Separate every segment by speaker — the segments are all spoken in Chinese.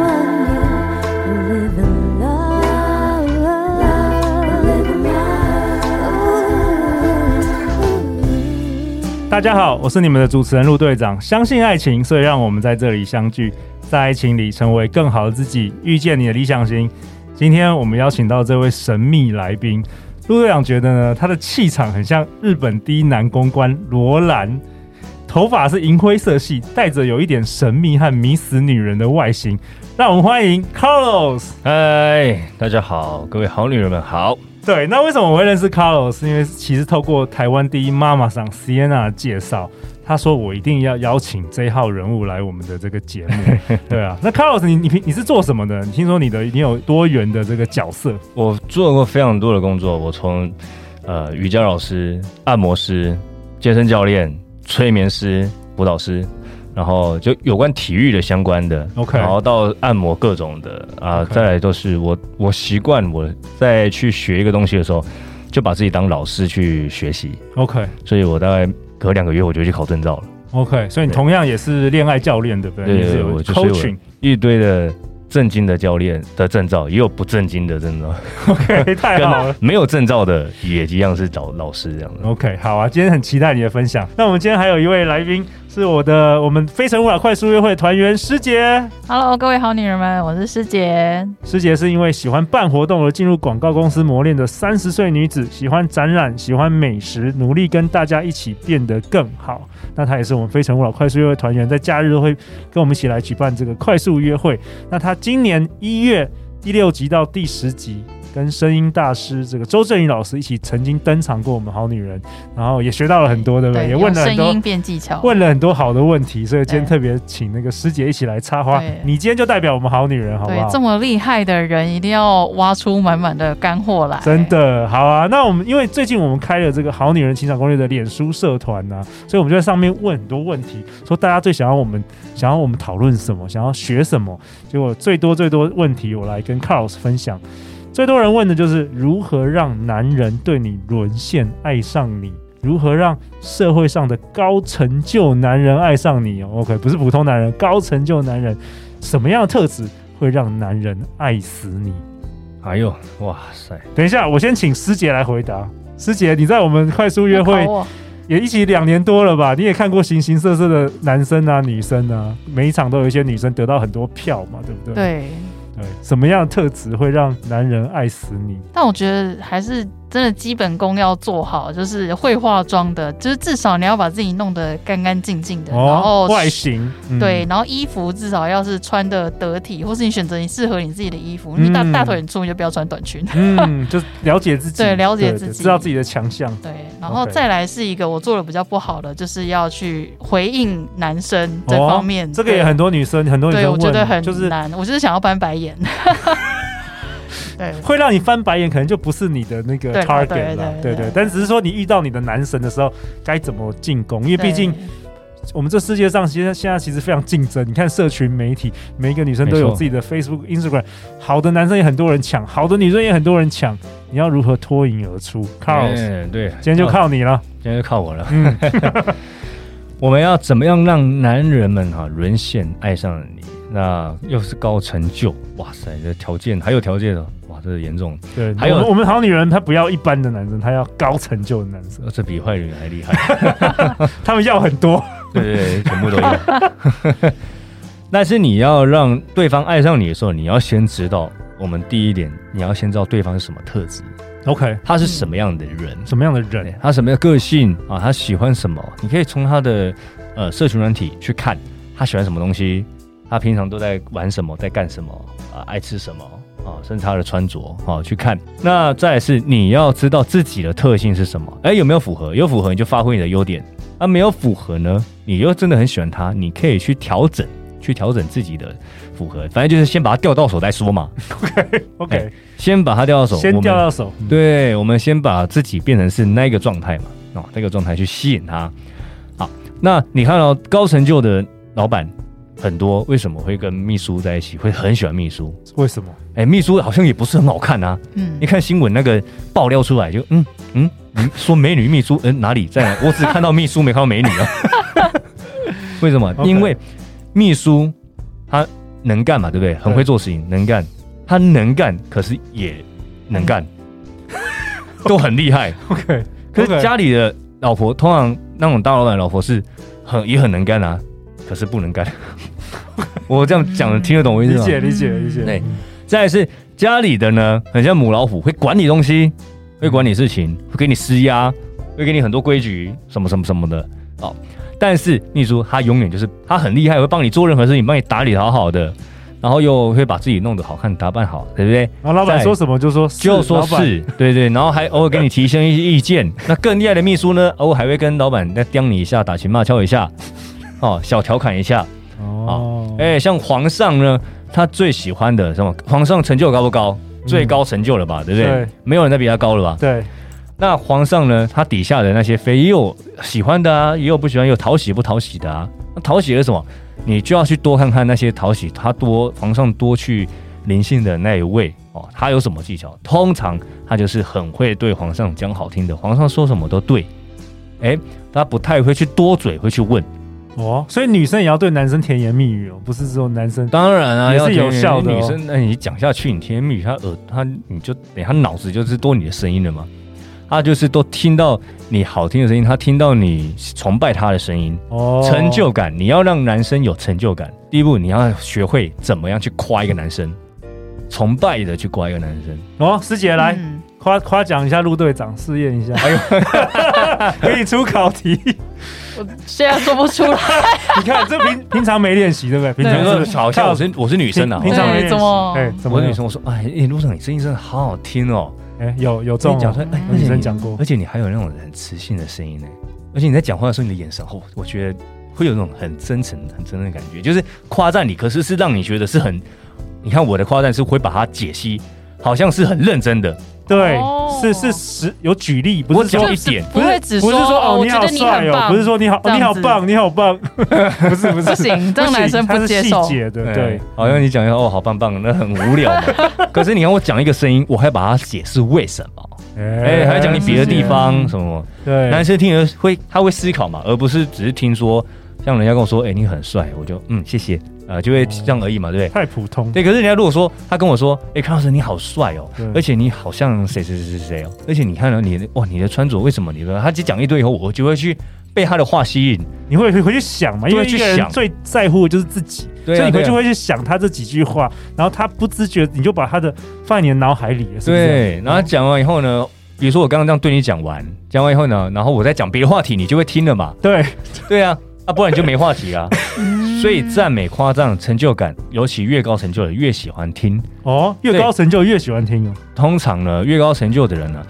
Speaker 1: want you. Live in love, live in love.
Speaker 2: 大家好，我是你们的主持人陆队长。相信爱情，所以让我们在这里相聚，在爱情里成为更好的自己，遇见你的理想型。今天我们邀请到这位神秘来宾，陆队长觉得呢，他的气场很像日本第一男公关罗兰，头发是银灰色系，带着有一点神秘和迷死女人的外形。让我们欢迎 Carlos。
Speaker 3: 嗨，大家好，各位好女人们好。
Speaker 2: 对，那为什么我会认识 Carlos？是因为其实透过台湾第一妈妈桑 Sienna 的介绍，他说我一定要邀请这号人物来我们的这个节 目。对啊，那 Carlos，你你平你是做什么的？你听说你的你有多元的这个角色，
Speaker 3: 我做过非常多的工作，我从呃瑜伽老师、按摩师、健身教练、催眠师、舞蹈师，然后就有关体育的相关的
Speaker 2: OK
Speaker 3: 然后到按摩各种的啊
Speaker 2: OK
Speaker 3: 再来都是我我习惯我在去学一个东西的时候，就把自己当老师去学习，
Speaker 2: OK
Speaker 3: 所以我大概隔两个月我就去考证照了，
Speaker 2: OK，所以你
Speaker 3: 对
Speaker 2: 同样也是恋爱教练，对不对？
Speaker 3: 对
Speaker 2: 你是
Speaker 3: 对
Speaker 2: 有
Speaker 3: 我就是有
Speaker 2: coaching。
Speaker 3: 一堆的正经的教练的证照，也有不正经的证照。
Speaker 2: OK，太好了
Speaker 3: 跟。没有证照的也一样是找老师这样的。
Speaker 2: OK，好啊，今天很期待你的分享。那我们今天还有一位来宾是我的我们非诚勿扰快速约会团员师姐。
Speaker 4: Hello，各位好女人们，我是师姐。
Speaker 2: 师姐是因为喜欢办活动而进入广告公司磨练的三十岁女子，喜欢展览，喜欢美食，努力跟大家一起变得更好。那她也是我们非诚勿扰快速约会团员，在假日会跟我们一起来举办这个快速约会。那她今年一月第六集到第十集。跟声音大师这个周正宇老师一起曾经登场过我们好女人，然后也学到了很多，对不对？也
Speaker 4: 有
Speaker 2: 问了很
Speaker 4: 声
Speaker 2: 多
Speaker 4: 音变技巧。
Speaker 2: 问了很多好的问题，所以今天
Speaker 4: 对
Speaker 2: 特别请那个师姐一起来插花
Speaker 4: 对。
Speaker 2: 你今天就代表我们好女人，好不
Speaker 4: 对
Speaker 2: 好？，
Speaker 4: 这么厉害的人，一定要挖出满满的干货来。
Speaker 2: 真，的好啊！那我们因为最近我们开了这个“好女人情场攻略”的脸书社团呢、所以我们就在上面问很多问题，说大家最想要我们想要我们讨论什么，想要学什么。结果最多最多问题，我来跟 Carlos 分享。最多人问的就是如何让男人对你沦陷，爱上你。如何让社会上的高成就男人爱上你哦？OK，不是普通男人，高成就男人，什么样的特质会让男人爱死你？
Speaker 3: 哎呦，哇塞！
Speaker 2: 等一下，我先请师姐来回答。师姐，你在我们快速约
Speaker 4: 要
Speaker 2: 会
Speaker 4: 考我
Speaker 2: 也一起两年多了吧？你也看过形形色色的男生啊、女生啊，每一场都有一些女生得到很多票嘛，对不对？
Speaker 4: 对，
Speaker 2: 对，什么样的特质会让男人爱死你？
Speaker 4: 但我觉得还是真的基本功要做好，就是会化妆的，就是至少你要把自己弄得干干净净的，然后
Speaker 2: 哦外形，嗯
Speaker 4: 对，，然后衣服至少要是穿的得体，或是你选择你适合你自己的衣服。
Speaker 2: 嗯
Speaker 4: 你大大腿很粗，你就不要穿短裙。
Speaker 2: 嗯，就是了解自己，
Speaker 4: 对了解
Speaker 2: 对
Speaker 4: 自
Speaker 2: 对
Speaker 4: 己
Speaker 2: 知道自己的强项。
Speaker 4: 对，然后
Speaker 2: OK
Speaker 4: 再来是一个我做的比较不好的，就是要去回应男生这
Speaker 2: 哦
Speaker 4: 方面。
Speaker 2: 这个也
Speaker 4: 对
Speaker 2: 很多女生，很多女
Speaker 4: 对，
Speaker 2: 生
Speaker 4: 我
Speaker 2: 问，
Speaker 4: 觉得很
Speaker 2: 就是
Speaker 4: 难，我就是想要翻 白眼。对
Speaker 2: 会让你翻白眼，可能就不是你的那个
Speaker 4: 对
Speaker 2: target 了，
Speaker 4: 对对对
Speaker 2: 对
Speaker 4: 对
Speaker 2: 但只是说你遇到你的男神的时候，该怎么进攻？因为
Speaker 4: 对，
Speaker 2: 毕竟我们这世界上其实现在其实非常竞争，你看社群媒体，每一个女生都有
Speaker 3: 没错
Speaker 2: 自己的 Facebook、Instagram，好的男生也很多人抢，好的女生也很多人抢，你要如何脱颖而出？Carl，、s
Speaker 3: 嗯，对，
Speaker 2: 今天就
Speaker 3: 啊
Speaker 2: 靠你了。
Speaker 3: 今天就靠我了。
Speaker 2: 嗯
Speaker 3: 我们要怎么样让男人们哈、沦陷爱上你？那又是高成就，哇塞！这条件还有条件的，哇，这严重，
Speaker 2: 对，
Speaker 3: 还有
Speaker 2: 我们我们好女人，她不要一般的男生，她要高成就的男生，
Speaker 3: 这比坏人还厉害。
Speaker 2: 他们要很多。
Speaker 3: 对对对，全部都有。 但是你要让对方爱上你的时候，你要先知道，我们第一点，你要先知道对方是什么特质，
Speaker 2: OK，
Speaker 3: 他是什么样的人。
Speaker 2: 什么样的
Speaker 3: 对
Speaker 2: 人？
Speaker 3: 他什么样的个性啊，他喜欢什么，你可以从他的呃社群软体去看他喜欢什么东西，他平常都在玩什么，在干什么啊，爱吃什么啊，甚至他的穿着啊去看。那再来是你要知道自己的特性是什么，哎、有没有符合？有符合你就发挥你的优点，啊，没有符合呢，你又真的很喜欢他，你可以去调整。去调整自己的符合，反正就是先把它调到手再说嘛，
Speaker 2: OK，
Speaker 3: 哎先把它调到手，
Speaker 2: 先
Speaker 3: 我们
Speaker 2: 掉到手。嗯
Speaker 3: 对，我们先把自己变成是那个状态嘛，哦，那个状态去吸引他。好，那你看到、高成就的老板很多，为什么会跟秘书在一起？会很喜欢秘书，
Speaker 2: 为什么？
Speaker 3: 哎、秘书好像也不是很好看啊。
Speaker 4: 嗯
Speaker 3: 一，看新闻那个爆料出来就，嗯嗯，你说美女秘书，嗯、哪里 在哪？我只看到秘书，没看到美女啊。为什么？
Speaker 2: OK
Speaker 3: 因为秘书他能干嘛，对不对？很会做事情，能干，他能干，可是也能干，都很厉害。
Speaker 2: OK，
Speaker 3: 可
Speaker 2: 嗯
Speaker 3: 是
Speaker 2: OK
Speaker 3: 家里的老婆，通常那种大老板的老婆是很也很能干啊，可是不能干。我这样讲，听得懂我意思
Speaker 2: 理
Speaker 3: 吗？
Speaker 2: 解理解理解。
Speaker 3: 嗯对再来是家里的呢，很像母老虎，会管理东西，会管理事情，会给你施压，会给你很多规矩，什么什么什么的。哦，但是秘书他永远就是他很厉害，会帮你做任何事情，帮你打理得好好的，然后又会把自己弄得好看，打扮好，对不对？
Speaker 2: 然后老板
Speaker 3: 在
Speaker 2: 说什么就说
Speaker 3: 就说
Speaker 2: 老板
Speaker 3: 是对对，然后还偶尔给你提一些意见。那更厉害的秘书呢，偶尔还会跟老板再刁你一下，打情骂俏一下，哦，小调侃一下。
Speaker 2: 哦，
Speaker 3: 哎、像皇上呢，他最喜欢的什么？皇上成就高不高？最高成就了吧，对不对？
Speaker 2: 嗯对
Speaker 3: 没有人再比他高了吧？
Speaker 2: 对，
Speaker 3: 那皇上呢，他底下的那些妃也有喜欢的啊，也有不喜欢，有讨喜不讨喜的啊。那讨喜的是什么？你就要去多看看那些讨喜，他多皇上多去临幸的那一位哦，他有什么技巧？通常他就是很会对皇上讲好听的，皇上说什么都对。哎，他不太会去多嘴，会去问。
Speaker 2: 哦，所以女生也要对男生甜言蜜语哦，不是只有男生。
Speaker 3: 当然啊，
Speaker 2: 也是
Speaker 3: 要
Speaker 2: 有
Speaker 3: 甜言
Speaker 2: 效的
Speaker 3: 蜜
Speaker 2: 哦
Speaker 3: 语女生，那哎你讲下去，你甜言蜜语，她耳，她你就等她脑子就是多你的声音了嘛。她就是都听到你好听的声音，她听到你崇拜她的声音，
Speaker 2: 哦，
Speaker 3: 成就感。你要让男生有成就感，第一步你要学会怎么样去夸一个男生，崇拜的去夸一个男生。
Speaker 2: 哦，师姐来
Speaker 4: 嗯
Speaker 2: 夸夸奖一下陆队长，试验一下，哎呦， 可以出考 题。
Speaker 4: 我现在做不出来，
Speaker 2: 你看这平平常没练习对不对？平
Speaker 3: 你
Speaker 2: 常
Speaker 3: 说
Speaker 2: 是
Speaker 3: 好像我是我是女生啊，
Speaker 2: 平
Speaker 4: 常
Speaker 2: 常
Speaker 4: 对
Speaker 2: 没练习
Speaker 4: 怎么
Speaker 2: 哎，怎
Speaker 3: 我
Speaker 2: 么
Speaker 3: 是女
Speaker 2: 女
Speaker 3: 生，我说哎，哎陆总你声音真的好好听哦。
Speaker 2: 哎有有中
Speaker 3: 你讲
Speaker 2: 哦
Speaker 3: 出来，哎，
Speaker 4: 嗯
Speaker 3: 而且
Speaker 2: 女生
Speaker 3: 你
Speaker 2: 讲过
Speaker 3: 而且你还有那种很磁性的声音呢，而且你在讲话的时候，你的眼神后，我觉得会有那种很真诚、很真的感觉，就是夸赞你，可是是让你觉得是很，你看我的夸赞是会把它解析，好像是很认真的，
Speaker 2: 对
Speaker 4: 哦，
Speaker 2: 是是实有举例，不
Speaker 3: 我
Speaker 2: 是
Speaker 3: 讲
Speaker 2: 说
Speaker 3: 一
Speaker 4: 就是
Speaker 3: 点
Speaker 4: 不会只
Speaker 2: 不是说
Speaker 4: 哦，
Speaker 2: 哦
Speaker 4: 我
Speaker 2: 你
Speaker 4: 觉
Speaker 2: 好
Speaker 4: 得你
Speaker 2: 帅
Speaker 4: 很
Speaker 2: 哦，
Speaker 4: 棒，
Speaker 2: 不是说你好
Speaker 4: 这样
Speaker 2: 你好
Speaker 4: 子
Speaker 2: 棒你好棒， 不是不是
Speaker 4: 不行，这样男生不接
Speaker 2: 它
Speaker 4: 受
Speaker 2: 是细。节的，
Speaker 3: 对
Speaker 2: 对，，
Speaker 3: 好像你讲一下哦，好棒棒，那很无聊 嘛。可是你看我讲一个声音，我还把它解释为什么，哎，还要讲你别的地方什么，
Speaker 2: 对，
Speaker 3: 男生听了会他会思考嘛，而不是只是听说，像人家跟我说，哎，你很帅，我就嗯谢谢，呃，就会这样而已嘛，对不对？
Speaker 2: 太普通，
Speaker 3: 对，可是人家如果说他跟我说，哎、康老师你好帅哦
Speaker 2: 对，
Speaker 3: 而且你好像谁谁谁谁谁哦，而且你看到你的哇，你的穿着为什么你的？他只讲一堆以后，我就会去被他的话吸引。
Speaker 2: 你会回去想嘛？因为
Speaker 3: 对去
Speaker 2: 一个人
Speaker 3: 想
Speaker 2: 最在乎的就是自己，
Speaker 3: 对啊
Speaker 2: 所以你
Speaker 3: 对
Speaker 2: 回
Speaker 3: 啊
Speaker 2: 去会去想他这几句话，然后他不自觉你就把他的放在你的脑海里了，是不嗯是？
Speaker 3: 对，然后讲完以后呢，比如说我刚刚这样对你讲完，讲完以后呢，然后我再讲别的话题，你就会听了 嘛。
Speaker 2: 对，
Speaker 3: 对啊，啊，不然你就没话 题啦。所以赞美、夸赞、成就感，尤其越高成就的越喜欢听。
Speaker 2: 哦，越高成就越喜欢听哦，
Speaker 3: 通常呢，越高成就的人呢，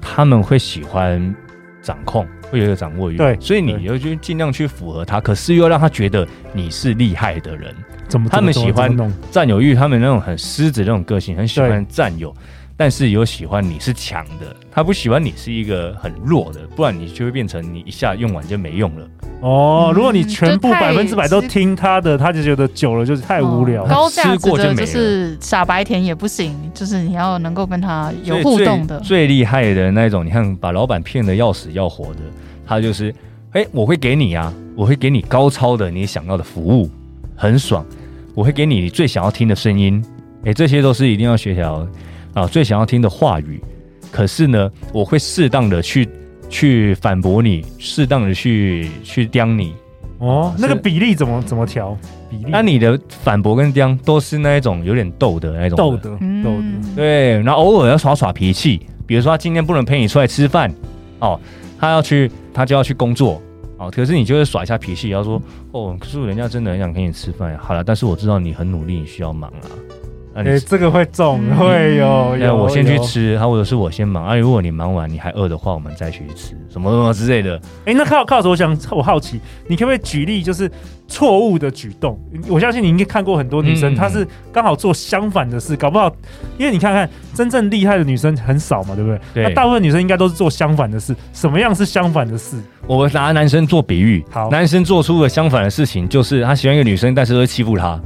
Speaker 3: 他们会喜欢掌控，会有一个掌握欲。
Speaker 2: 对
Speaker 3: 所以
Speaker 2: 对
Speaker 3: 你要去尽量去符合他，可是又让他觉得你是厉害的人。
Speaker 2: 怎么
Speaker 3: 他们喜欢
Speaker 2: 怎么弄？
Speaker 3: 占有欲，他们那种很狮子那种个性，很喜
Speaker 2: 对
Speaker 3: 欢占有，但是有喜欢你是强的，他不喜欢你是一个很弱的，不然你就会变成你一下用完就没用了。
Speaker 2: 哦，
Speaker 4: 嗯
Speaker 2: 如果你全部
Speaker 4: 就太
Speaker 2: 百分之百都听他的，他就觉得久了就是太无聊
Speaker 4: 哦
Speaker 2: 了。
Speaker 4: 高价
Speaker 3: 吃
Speaker 4: 值
Speaker 3: 过就
Speaker 4: 的
Speaker 3: 没
Speaker 4: 就
Speaker 3: 了
Speaker 4: 是傻白甜也不行，就是你要能够跟他有
Speaker 3: 所以
Speaker 4: 互
Speaker 3: 最
Speaker 4: 动的。
Speaker 3: 最厉害的那种，你看把老板骗得要死要活的，他就是，哎、我会给你啊，我会给你高超的你想要的服务，很爽，我会给你你最想要听的声音，哎、这些都是一定要协调啊，最想要听的话语。可是呢，我会适当的去去反驳你，适当的去去刁你。
Speaker 2: 哦，
Speaker 3: 是
Speaker 2: 那个比例怎么怎么调？比
Speaker 4: 嗯
Speaker 2: 例
Speaker 3: 那你的反驳跟刁都是那一种有点逗的那一种
Speaker 2: 斗的斗的，
Speaker 4: 嗯，
Speaker 3: 对，然后偶尔要耍耍脾气，比如说他今天不能陪你出来吃饭，哦，他要去，他就要去工作，哦，可是你就会耍一下脾气，要说，哦，可是人家真的很想跟你吃饭，好了，但是我知道你很努力，你需要忙啊，那你
Speaker 2: 哎，这个会中，
Speaker 4: 嗯
Speaker 2: 会有
Speaker 3: 那
Speaker 2: 有。
Speaker 3: 我先去
Speaker 2: 有。
Speaker 3: 吃，啊，或者是我先忙啊。如果你忙完你还饿的话，我们再去吃什么什么之类的。
Speaker 2: 哎、那靠靠着，我想我好奇，你可不可以举例，就是错误的举动？我相信你应该看过很多女生，
Speaker 3: 嗯
Speaker 2: 她是刚好做相反的事，搞不好，因为你看看真正厉害的女生很少嘛，对不对？
Speaker 3: 对
Speaker 2: 那大部分女生应该都是做相反的事，什么样是相反的事？
Speaker 3: 我拿男生做比喻，
Speaker 2: 好
Speaker 3: 男生做出了相反的事情，就是他喜欢一个女生，但是会欺负她。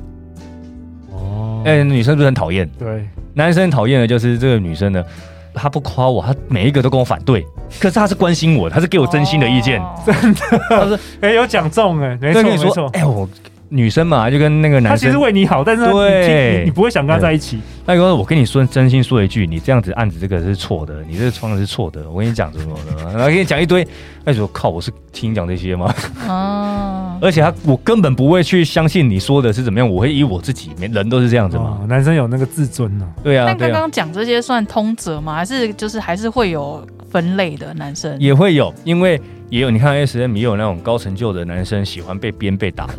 Speaker 2: 哦
Speaker 3: 哎、女生是不是很讨厌？
Speaker 2: 对，
Speaker 3: 男生讨厌的就是这个女生呢，她不夸我，她每一个都跟我反对，可是她是关心我，她是给我真心的意见。
Speaker 4: 哦
Speaker 3: 她是
Speaker 2: 哎，有讲中哎，没
Speaker 3: 她
Speaker 2: 错
Speaker 3: 跟你
Speaker 2: 没
Speaker 3: 说
Speaker 2: 错，，
Speaker 3: 哎、我女生嘛，就跟那个
Speaker 2: 他
Speaker 3: 男
Speaker 2: 其实
Speaker 3: 生，
Speaker 2: 为你好，但是他
Speaker 3: 对
Speaker 2: 你听你你不会想跟他在一起，
Speaker 3: 那个哎我跟你说，真心说一句，你这样子按子这个是错的，你这个窗是错的，我跟你讲什么什么，然后跟你讲一堆，那你说靠，我是听你讲这些吗？
Speaker 4: 啊，
Speaker 3: 而且他我根本不会去相信你说的是怎么样，我会以我自己，人都是这样子嘛
Speaker 2: 哦，，男生有那个自尊呢。哦
Speaker 3: 对啊，
Speaker 4: 但
Speaker 3: 对啊，
Speaker 4: 刚刚讲这些算通则吗？还是就是还是会有分类的男生？
Speaker 3: 也会有，因为也有你看 S M 也有那种高成就的男生喜欢被鞭被打 的，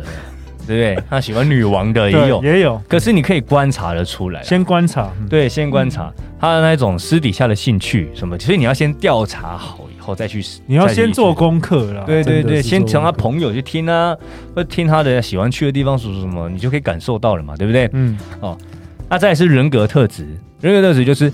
Speaker 3: 对不对？他喜欢女王的也
Speaker 2: 对
Speaker 3: 有，
Speaker 2: 也有，
Speaker 3: 可是你可以观察的出来啊，
Speaker 2: 先观察，嗯
Speaker 3: 对，先观察他的那种私底下的兴趣什么，所以你要先调查好以后再去，
Speaker 2: 你要
Speaker 3: 再去
Speaker 2: 先做功课啦。
Speaker 3: 对对
Speaker 2: 真的
Speaker 3: 对，
Speaker 2: 是
Speaker 3: 先
Speaker 2: 做
Speaker 3: 从他
Speaker 2: 功课，
Speaker 3: 朋友去听啊，或听他的喜欢去的地方什么什么，你就可以感受到了嘛，对不对？
Speaker 2: 嗯，
Speaker 3: 那再来是人格特质，人格特质就是，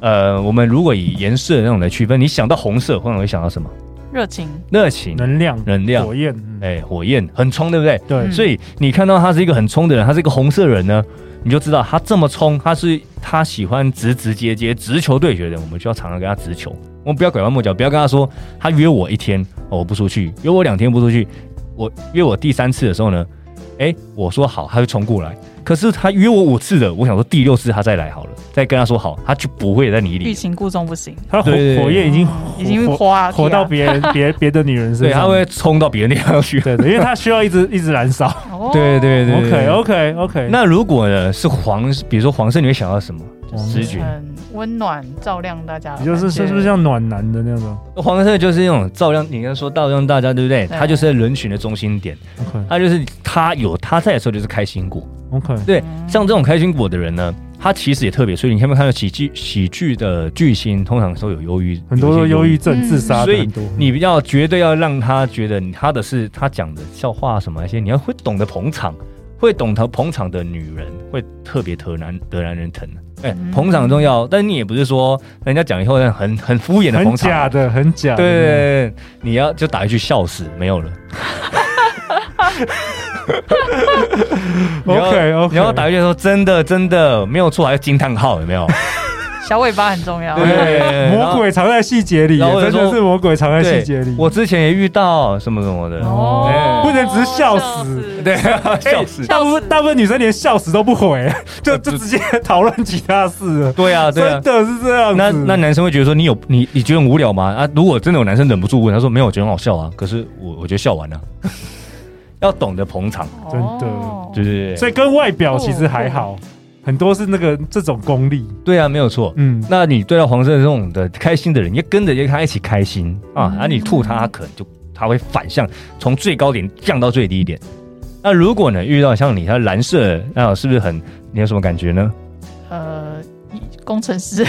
Speaker 3: 呃，我们如果以颜色那种来区分，你想到红色，通常会想到什么？
Speaker 4: 热情，
Speaker 3: 热情、
Speaker 2: 能量、
Speaker 3: 嗯能量，
Speaker 2: 火焰，嗯
Speaker 3: 哎、火焰，很冲，对不对？
Speaker 2: 对
Speaker 4: 嗯，
Speaker 3: 所以你看到他是一个很冲的人，他是一个红色人呢，你就知道他这么冲，他是他喜欢直直接接直球对决的人，我们就要常常跟他直球，我们不要拐弯抹角，不要跟他说他约我一天、哦我不出去，约我两天不出去，我约我第三次的时候呢，哎、我说好，他就冲过来，可是他约我五次的，我想说第六次他再来好了，再跟他说好，他就不会在你
Speaker 4: 欲
Speaker 3: 里，
Speaker 4: 擒故纵不行，哦
Speaker 2: 他火
Speaker 3: 对对对
Speaker 2: 火焰已经
Speaker 4: 已经
Speaker 2: 火
Speaker 4: 花
Speaker 2: 火到别人别别的女人身
Speaker 3: 对，
Speaker 2: 上，
Speaker 3: 他会冲到别人地方去。
Speaker 2: 对对，因为他需要一直一直燃烧。
Speaker 4: 哦
Speaker 3: 对对对
Speaker 2: OK OK OK，
Speaker 3: 那如果呢是黄，比如说黄色，你会想到什么？直觉。
Speaker 4: 很温暖，照亮大家的
Speaker 2: 也
Speaker 4: 感觉，
Speaker 2: 就是是不是像暖男的那种
Speaker 3: 黄色就是那种照亮，你刚才说照亮大家，对不对？
Speaker 4: 对
Speaker 3: 它就是人群的中心点，
Speaker 2: ？OK
Speaker 3: 它就是他有他在的时候就是开心果。
Speaker 2: OK，
Speaker 3: 对，
Speaker 4: 嗯
Speaker 3: 像这种开心果的人呢，他其实也特别，所以你有没有看到喜剧喜剧的巨星通常都有忧郁，
Speaker 2: 很多
Speaker 3: 有
Speaker 2: 都
Speaker 3: 些
Speaker 2: 忧郁。症、
Speaker 4: 嗯
Speaker 2: 自杀
Speaker 3: 所
Speaker 2: 的
Speaker 3: 以
Speaker 2: 很多。
Speaker 3: 你要绝对要让他觉得你他的是他讲的笑话什么那些，你要会懂得捧场，会懂得捧场的女人会特别得男得男人疼。哎、
Speaker 4: 嗯
Speaker 3: 捧场很重要，但是你也不是说人家讲以后很很敷衍的
Speaker 2: 很
Speaker 3: 捧场，
Speaker 2: 假的，很假的。
Speaker 3: 对对对，你要就打一句笑死，没有了。你要
Speaker 2: OK，OK
Speaker 3: 你要打一句说真的真的没有错，还有惊叹号有没有？
Speaker 4: 小尾巴很重要，
Speaker 3: 对对对
Speaker 2: 哎魔鬼藏在细节里，
Speaker 3: 然后
Speaker 2: 真
Speaker 3: 然后
Speaker 2: 的是魔鬼藏在细节
Speaker 3: 对
Speaker 2: 里，。
Speaker 3: 我之前也遇到什么什么的，
Speaker 4: 哦，
Speaker 2: 不能只是笑死
Speaker 3: 对，，笑死，
Speaker 2: 大部分大部分女生连笑死都不回，就就直接 讨论其他事了。
Speaker 3: 对啊呃对啊
Speaker 2: 真。的是这样子。
Speaker 3: 那那男生会觉得说你有你你觉得很无聊吗？啊，如果真的有男生忍不住问，他说没有，我觉得很好笑啊，可是我我觉得笑完了， 要懂得捧场，
Speaker 2: 真的
Speaker 4: 哦
Speaker 3: 对对对，
Speaker 2: 所
Speaker 3: 以
Speaker 2: 以跟外表其实还好，很多是那个这种功力。
Speaker 3: 对啊，没有错，
Speaker 2: 嗯，
Speaker 3: 那你对到黄色这种的开心的人，你也跟着他一起开心啊，
Speaker 4: 嗯
Speaker 3: 那、你吐他，他可能就他会反向从最高点降到最低点。那如果呢遇到像你，他蓝色，那是不是很你有什么感觉呢？
Speaker 4: 呃，工 程师，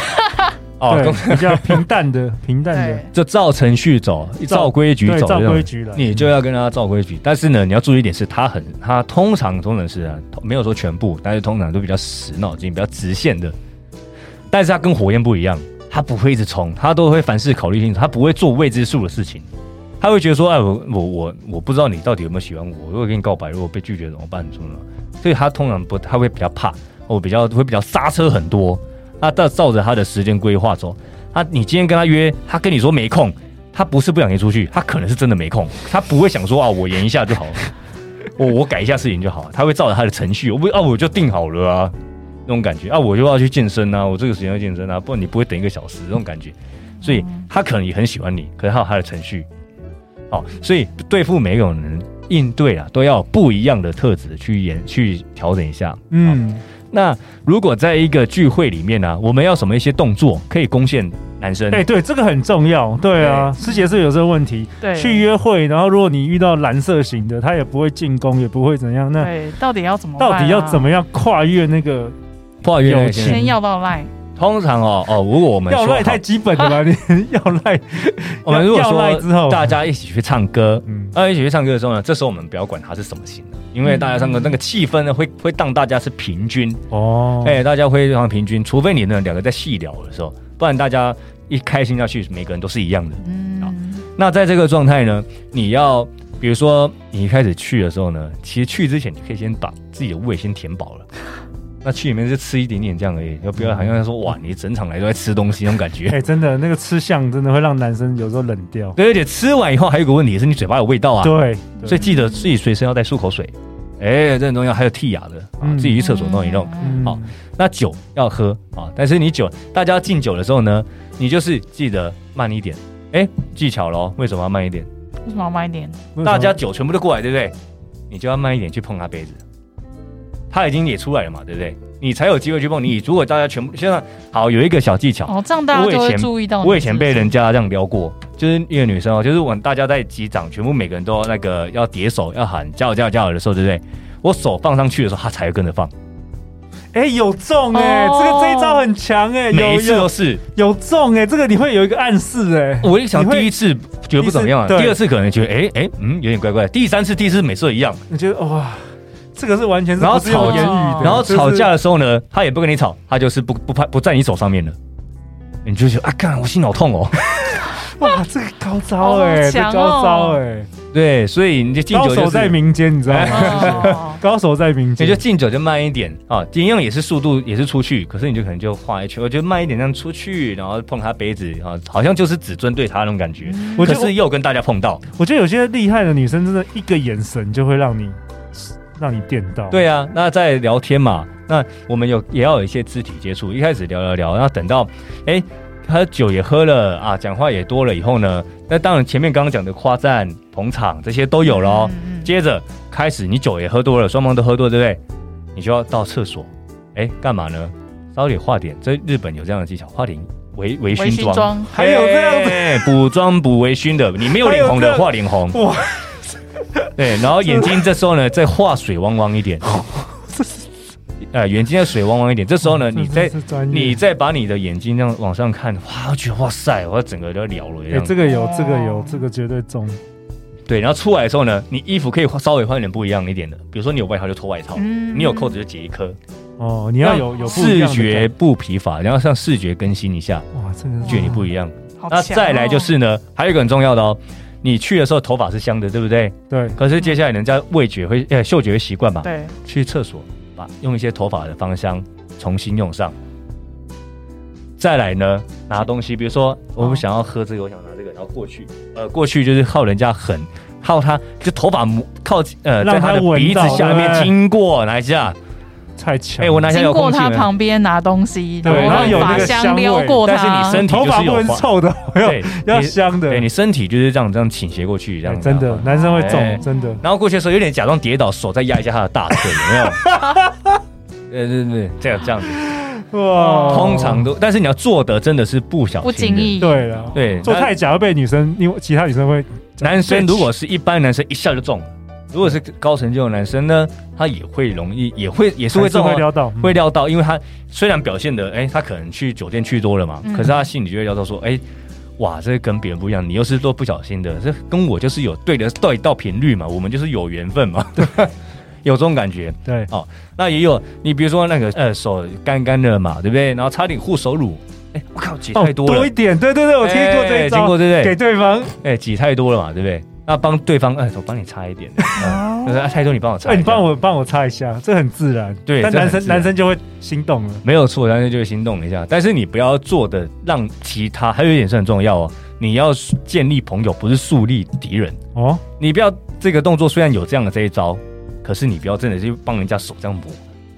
Speaker 3: 哦，
Speaker 2: 对
Speaker 3: 都，
Speaker 2: 比较平淡 的，平淡的
Speaker 4: 对，，
Speaker 3: 就照程序走，照规矩
Speaker 2: 对，
Speaker 3: 走，
Speaker 2: 照
Speaker 3: 这种
Speaker 2: 规矩来。
Speaker 3: 你就要跟他照规矩。但是呢，你要注意一点是，他很他通常通常是啊，没有说全部，但是通常都比较死脑筋、比较直线的。但是他跟火焰不一样，他不会一直冲，他都会凡事考虑清楚，他不会做未知数的事情。他会觉得说，哎，我我我我不知道你到底有没有喜欢我，如果跟你告白，如果被拒绝怎么办？怎么了？所以他通常不，他会比较怕，我比较会比较刹车很多。他照照着他的时间规划走，他你今天跟他约，他跟你说没空，他不是不想约出去，他可能是真的没空，他不会想说啊，我延一下就好了， 我我改一下事情就好了，他会照着他的程序，我不啊我就定好了啊，那种感觉啊，我就要去健身啊，我这个时间要健身啊，不然你不会等一个小时那种感觉，所以他可能也很喜欢你，可是他有他的程序，好、所以对付每一种人应对啊，都要有不一样的特质去演去调整一下，
Speaker 2: 嗯，
Speaker 3: 哦那如果在一个聚会里面呢、啊我们要什么一些动作可以攻陷男生？
Speaker 2: 哎，对，这个很重要。对啊，师姐是有这个问题。
Speaker 4: 对，
Speaker 2: 去约会，然后如果你遇到蓝色型的，他也不会进攻，也不会怎样。那
Speaker 4: 对，到底要怎么办
Speaker 2: 到
Speaker 4: 啊？
Speaker 2: 底要怎么样跨越那个？
Speaker 3: 跨越那个
Speaker 2: 友
Speaker 3: 线
Speaker 2: 情
Speaker 4: 先要到 line？
Speaker 3: 通常哦哦，如果我们
Speaker 2: 要
Speaker 3: 说
Speaker 2: 赖
Speaker 3: 好
Speaker 2: 太基本 了吧？你 要赖，
Speaker 3: 我们如果
Speaker 2: 要赖
Speaker 3: 说
Speaker 2: 之后，
Speaker 3: 大家一起去唱歌，
Speaker 2: 嗯，
Speaker 3: 大家一起去唱歌的时候呢，这时候我们不要管它是什么型的，因为大家唱歌那个气氛呢会会当大家是平均，
Speaker 2: 哦，
Speaker 3: 哎、大家会让平均，除非你那两个在细聊的时候，不然大家一开心下去，每个人都是一样的。
Speaker 4: 嗯，
Speaker 3: 那在这个状态呢，你要比如说你一开始去的时候呢，其实去之前你可以先把自己的胃先填饱了，那那去里面就吃一点点这样而已，就不要好像说哇，你整场来都在吃东西那种感
Speaker 2: 哎、
Speaker 3: 觉。
Speaker 2: 真的那个吃相真的会让男生有时候冷掉。
Speaker 3: 对，而且吃完以后还有一个问题是你嘴巴有味道啊，
Speaker 2: 对，对
Speaker 3: 所以记得自己随身要带漱口水，哎、这很重要。还有剔牙的，啊
Speaker 2: 嗯
Speaker 3: 自己去厕所弄一弄。
Speaker 2: 嗯
Speaker 3: 好那酒要喝啊，但是你酒，大家敬酒的时候呢，你就是记得慢一点。哎、技巧咯，为什么要慢一点？
Speaker 4: 为什么要慢一点？
Speaker 2: 为什么
Speaker 3: 大家酒全部都过来，对不对？你就要慢一点去碰他杯子，他已经也出来了嘛，对不对？你才有机会去碰你。如果大家全部现在好有一个小技巧，
Speaker 4: 哦，这样大家就
Speaker 3: 我以
Speaker 4: 会
Speaker 3: 前
Speaker 4: 注意到你
Speaker 3: 我以前被
Speaker 4: 是不是
Speaker 3: 人家这样撩过，就是一个女生哦，就是我们大家在击掌，全部每个人都要那个要叠手，要喊加油加油加油的时候，对不对？我手放上去的时候，她才会跟着放，
Speaker 2: 哎、有中哎、
Speaker 4: 哦
Speaker 2: 这个这一招很强哎、
Speaker 3: 每一
Speaker 2: 有
Speaker 3: 次
Speaker 2: 有
Speaker 3: 都是。
Speaker 2: 有中哎、这个你会有一个暗示哎、
Speaker 3: 我一想
Speaker 2: 你会
Speaker 3: 第一次觉得不怎么样啊，
Speaker 2: 第一次对
Speaker 3: 第二次可能觉得哎哎嗯有点怪怪，第三次第四次每次都一样，
Speaker 2: 你觉得哇，这个是完全是
Speaker 3: 然后
Speaker 2: 不是用
Speaker 4: 吵
Speaker 2: 言语的，
Speaker 4: 对
Speaker 3: 然后
Speaker 2: 就是
Speaker 3: 吵架的时候呢，他也不跟你吵，他就是不不拍不在你手上面了。你就觉得啊，干我心好痛哦。
Speaker 2: 哇，这个高招哎、
Speaker 4: 好
Speaker 2: 这
Speaker 4: 强哦
Speaker 2: 高招哎、
Speaker 3: 对，所以你就敬
Speaker 2: 高
Speaker 3: 酒就
Speaker 2: 手在
Speaker 3: 是，
Speaker 2: 民间，你知道吗？
Speaker 4: 哦
Speaker 2: 高手在民
Speaker 3: 你
Speaker 2: 间，
Speaker 3: 就敬酒就慢一点啊，一样也是速度也是出去，可是你就可能就画一圈，我就慢一点这样出去，然后碰他杯子啊，好像就是只针对他那种感觉。
Speaker 2: 嗯我
Speaker 3: 可
Speaker 2: 觉得
Speaker 3: 是又跟大家碰到，
Speaker 2: 我觉得有些厉害的女生，真的一个眼神就会让你让你电到。
Speaker 3: 对啊，那在聊天嘛，那我们有也要有一些肢体接触。一开始聊聊聊，然后等到哎，喝酒也喝了啊，讲话也多了以后呢，那当然前面刚刚讲的夸赞、捧场这些都有了哦。
Speaker 4: 嗯嗯
Speaker 3: 接着开始你酒也喝多了，双方都喝多，对不对？你就要到厕所，哎，干嘛呢？稍微画点，在日本有这样的技巧，画点微微
Speaker 4: 微
Speaker 3: 醺
Speaker 4: 醺
Speaker 3: 妆。
Speaker 4: 妆，
Speaker 2: 还有这样子
Speaker 3: 子补妆补微醺的，你没有脸红
Speaker 2: 还有
Speaker 3: 的
Speaker 2: 这
Speaker 3: 画脸红，
Speaker 2: 哇，
Speaker 3: 对，然后眼睛这时候呢，再画水汪汪 一点，呃，眼睛要水汪汪一点。这时候 呢，
Speaker 2: 这
Speaker 3: 你再
Speaker 2: 这是专业
Speaker 3: 你再把你的眼睛这样往上看，哇，我觉得哇塞，我整个都聊了这
Speaker 2: 哎、
Speaker 3: 样。
Speaker 2: 这个有，
Speaker 4: 哦
Speaker 2: 这个有，这个绝对中。
Speaker 3: 对，然后出来的时候呢，你衣服可以换稍微换点不一样一点的，比如说你有外套就脱外套，
Speaker 4: 嗯
Speaker 3: 你有扣子就解一颗，
Speaker 2: 哦，你要有有不一
Speaker 3: 视
Speaker 2: 样的
Speaker 3: 觉
Speaker 2: 感
Speaker 3: 不疲乏，然后让视觉更新一下，
Speaker 2: 觉哇，这个
Speaker 3: 觉得你不一样。
Speaker 4: 好
Speaker 3: 那
Speaker 4: 强
Speaker 3: 再来就
Speaker 4: 哦
Speaker 3: 是呢，还有一个很重要的哦，你去的时候头发是香的，对不对？
Speaker 2: 对，
Speaker 3: 可是接下来人家味觉会呃嗅觉会习惯嘛，
Speaker 4: 嗯对，
Speaker 3: 去厕所把用一些头发的芳香重新用上。再来呢，拿东西，比如说我
Speaker 4: 哦
Speaker 3: 们想要喝这个，我想拿这个，然后过去，呃，过去就是靠人家狠，靠他就头发摸靠近呃，
Speaker 2: 让
Speaker 3: 在他的
Speaker 2: 他闻
Speaker 3: 鼻子
Speaker 2: 到
Speaker 3: 下
Speaker 2: 对不
Speaker 3: 面
Speaker 2: 对
Speaker 3: 经过，拿一下，
Speaker 2: 太强
Speaker 3: 哎、
Speaker 2: 了。
Speaker 3: 我拿一下
Speaker 4: 经
Speaker 3: 遥
Speaker 4: 过
Speaker 3: 控器
Speaker 4: 他
Speaker 3: 呢，
Speaker 4: 旁边拿东西，
Speaker 2: 对
Speaker 3: 然后有
Speaker 4: 把
Speaker 3: 那
Speaker 2: 个香
Speaker 4: 香
Speaker 2: 味
Speaker 4: 溜过
Speaker 3: 但
Speaker 4: 他，
Speaker 3: 是你身体
Speaker 2: 嗯头
Speaker 3: 就
Speaker 2: 发
Speaker 3: 是
Speaker 2: 不
Speaker 3: 有
Speaker 2: 能
Speaker 3: 滑，
Speaker 2: 臭的，我要
Speaker 3: 对，
Speaker 2: 要
Speaker 3: 你
Speaker 2: 香的。
Speaker 3: 对你身体就是这样这样倾斜过去，这样、
Speaker 2: 哎真的，男生会
Speaker 3: 哎
Speaker 2: 中，真的。
Speaker 3: 然后过去的时候有点假装跌倒，手再压一下他的大腿，有没有？ 对对对，这
Speaker 4: 哦
Speaker 3: 样这样子，
Speaker 2: 哇，
Speaker 3: 通常都，但是你要做的真的是不小心
Speaker 4: 不
Speaker 3: 的
Speaker 4: 经。意，
Speaker 2: 对了，
Speaker 3: 对，
Speaker 2: 做
Speaker 3: 那
Speaker 2: 太假会被女生，因为其他女生会
Speaker 3: 男生如果是一般男生一下就中，如果是高成就的男生呢，他也会容易，也会也是会
Speaker 2: 还是
Speaker 3: 中
Speaker 2: 会
Speaker 3: 哦、
Speaker 2: 撩到，嗯
Speaker 3: 会料到，因为他虽然表现的，哎、他可能去酒店去多了嘛，
Speaker 4: 嗯
Speaker 3: 可是他心里就会料到说，哎、哇，这跟别人不一样，你又是做不小心的，这跟我就是有对的对到频率嘛，我们就是有缘分 嘛，对，有这种感觉。
Speaker 2: 对
Speaker 3: 那也有，你比如说那个呃手干干的嘛，对不对？然后擦点护手乳，哎、我靠，挤太多了，
Speaker 2: 哦一点，对对对，我听过这一
Speaker 3: 哎经
Speaker 2: 招
Speaker 3: 过，对不
Speaker 2: 给
Speaker 3: 对？
Speaker 2: 对方，
Speaker 3: 哎、挤太多了嘛，对不对？那帮对方，哎、我帮你擦一点，嗯就是啊太多你帮我擦，
Speaker 2: 哦哎，你帮，我帮我擦一下，这很自然，
Speaker 3: 对
Speaker 2: 但
Speaker 3: 这很
Speaker 2: 男生
Speaker 3: 自然
Speaker 2: 男生就会心动了，
Speaker 3: 没有错，但是就会心动一下。但是你不要做的让其他，还有一点是很重要哦，你要建立朋友，不是树立敌人。
Speaker 2: 哦，
Speaker 3: 你不要这个动作，虽然有这样的这一招，可是你不要真的去帮人家手这样抹，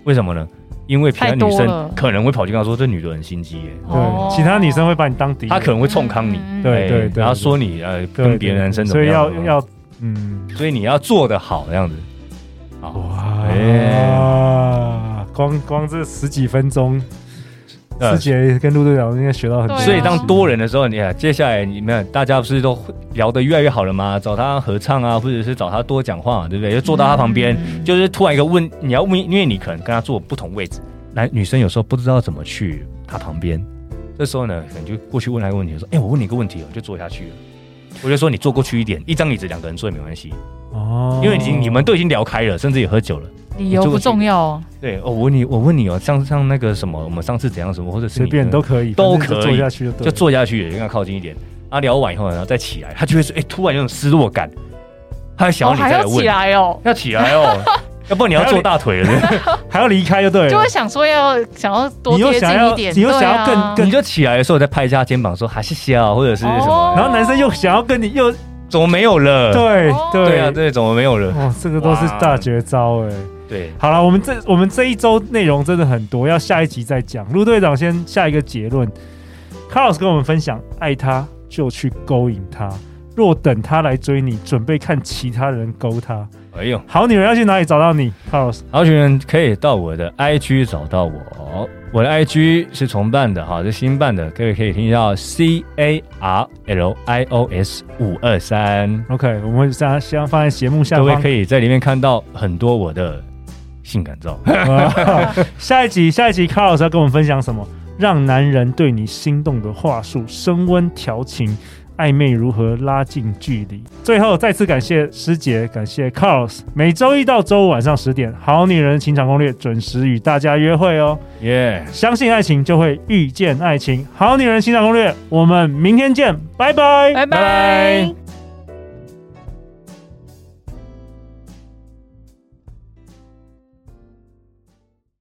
Speaker 3: 为什么呢？因为其他
Speaker 4: 太
Speaker 3: 女
Speaker 4: 多
Speaker 3: 生
Speaker 4: 了
Speaker 3: 可能会跑去跟他说，这女的很心机耶、
Speaker 4: 哦
Speaker 2: 对，其他女生会把你当敌人，
Speaker 3: 她可能会冲康你，
Speaker 4: 嗯
Speaker 2: 对
Speaker 3: 哎
Speaker 2: 对对
Speaker 3: 然后说你呃
Speaker 2: 对
Speaker 3: 跟别的男生怎
Speaker 2: 所
Speaker 3: 么
Speaker 2: 以
Speaker 3: 样，
Speaker 2: 要
Speaker 3: 怎么样啊
Speaker 2: 要嗯，
Speaker 3: 所以你要做的好这样子，好，哎
Speaker 2: 哇，光光这十几分钟，
Speaker 3: 呃
Speaker 2: 师姐跟陆队长应该学到很多，
Speaker 4: 对啊
Speaker 3: 所以当多人的时候，你看接下来你们大家不是都聊得越来越好了吗？找他合唱啊，或者是找他多讲话、对不对？就坐到他旁边，
Speaker 4: 嗯
Speaker 3: 就是突然一个问，你要问，因为你可能跟他坐不同位置，男女生有时候不知道怎么去他旁边，这时候呢，可能就过去问他一个问题，说：“哎、我问你一个问题哦，就坐下去了。”我就说你坐过去一点，一张椅子两个人坐也没关系，
Speaker 2: 哦
Speaker 3: 因为已经你们都已经聊开了，甚至也喝酒了。
Speaker 4: 理由不重要哦，
Speaker 3: 对，哦，我问你，我问你哦，像像那个什么，我们上次怎样什么，或者是
Speaker 2: 随
Speaker 3: 你
Speaker 2: 便
Speaker 3: 的
Speaker 2: 都可以，
Speaker 3: 都
Speaker 2: 反正就
Speaker 3: 可以
Speaker 2: 做下去就对
Speaker 3: 就
Speaker 2: 了，
Speaker 3: 坐下去，跟他靠近一点。啊，聊完以后呢，然后再起来，他就会说，哎、突然有种失落感，他还想
Speaker 4: 哦
Speaker 3: 要你
Speaker 4: 还
Speaker 3: 再来
Speaker 4: 要
Speaker 3: 问，
Speaker 4: 起来哦，
Speaker 3: 要起来哦，要不然你要做大腿了，
Speaker 2: 还要离开就对
Speaker 4: 就
Speaker 2: 了
Speaker 4: 会。想说要想要多
Speaker 2: 你又
Speaker 4: 贴近
Speaker 2: 想要
Speaker 4: 一点，
Speaker 2: 你又想要
Speaker 4: 对啊
Speaker 2: 更更
Speaker 3: 你就起来的时候再拍一下肩膀说还是谢啊，或者是什么，
Speaker 4: 哦
Speaker 2: 然后男生又想要跟你又
Speaker 3: 怎么没有了？
Speaker 2: 对
Speaker 4: 哦
Speaker 2: 对
Speaker 3: 呃对啊，对，怎么没有了？
Speaker 2: 哦，这个都是大绝招哎、
Speaker 3: 对，
Speaker 2: 好了，我们这我们这一周内容真的很多，要下一集再讲。陆队长先下一个结论，卡老师跟我们分享：爱他就去勾引他，若等他来追你，准备看其他人勾他。
Speaker 3: 哎呦，
Speaker 2: 好女人要去哪里找到你，卡老师？
Speaker 3: 好学员可以到我的 IG 找到我，我的 IG 是重办的哈，是新办的，各位可以听到 C A R L I O S 五二三，
Speaker 2: OK，我们会将希望放在节目下
Speaker 3: 各位
Speaker 2: 方
Speaker 3: 可。以在里面看到很多我的性感 照。
Speaker 2: 哇 下一集，下一集，卡老师要跟我们分享什么？让男人对你心动的话术，升温调情，暧昧如何拉近距离？最后再次感谢师姐，感谢 Carlos。每周一到周五晚上十点，《好女人情场攻略》准时与大家约会哦。
Speaker 3: 耶、
Speaker 2: 相信爱情，就会遇见爱情。《好女人情场攻略》，我们明天见，拜拜，
Speaker 4: 拜拜。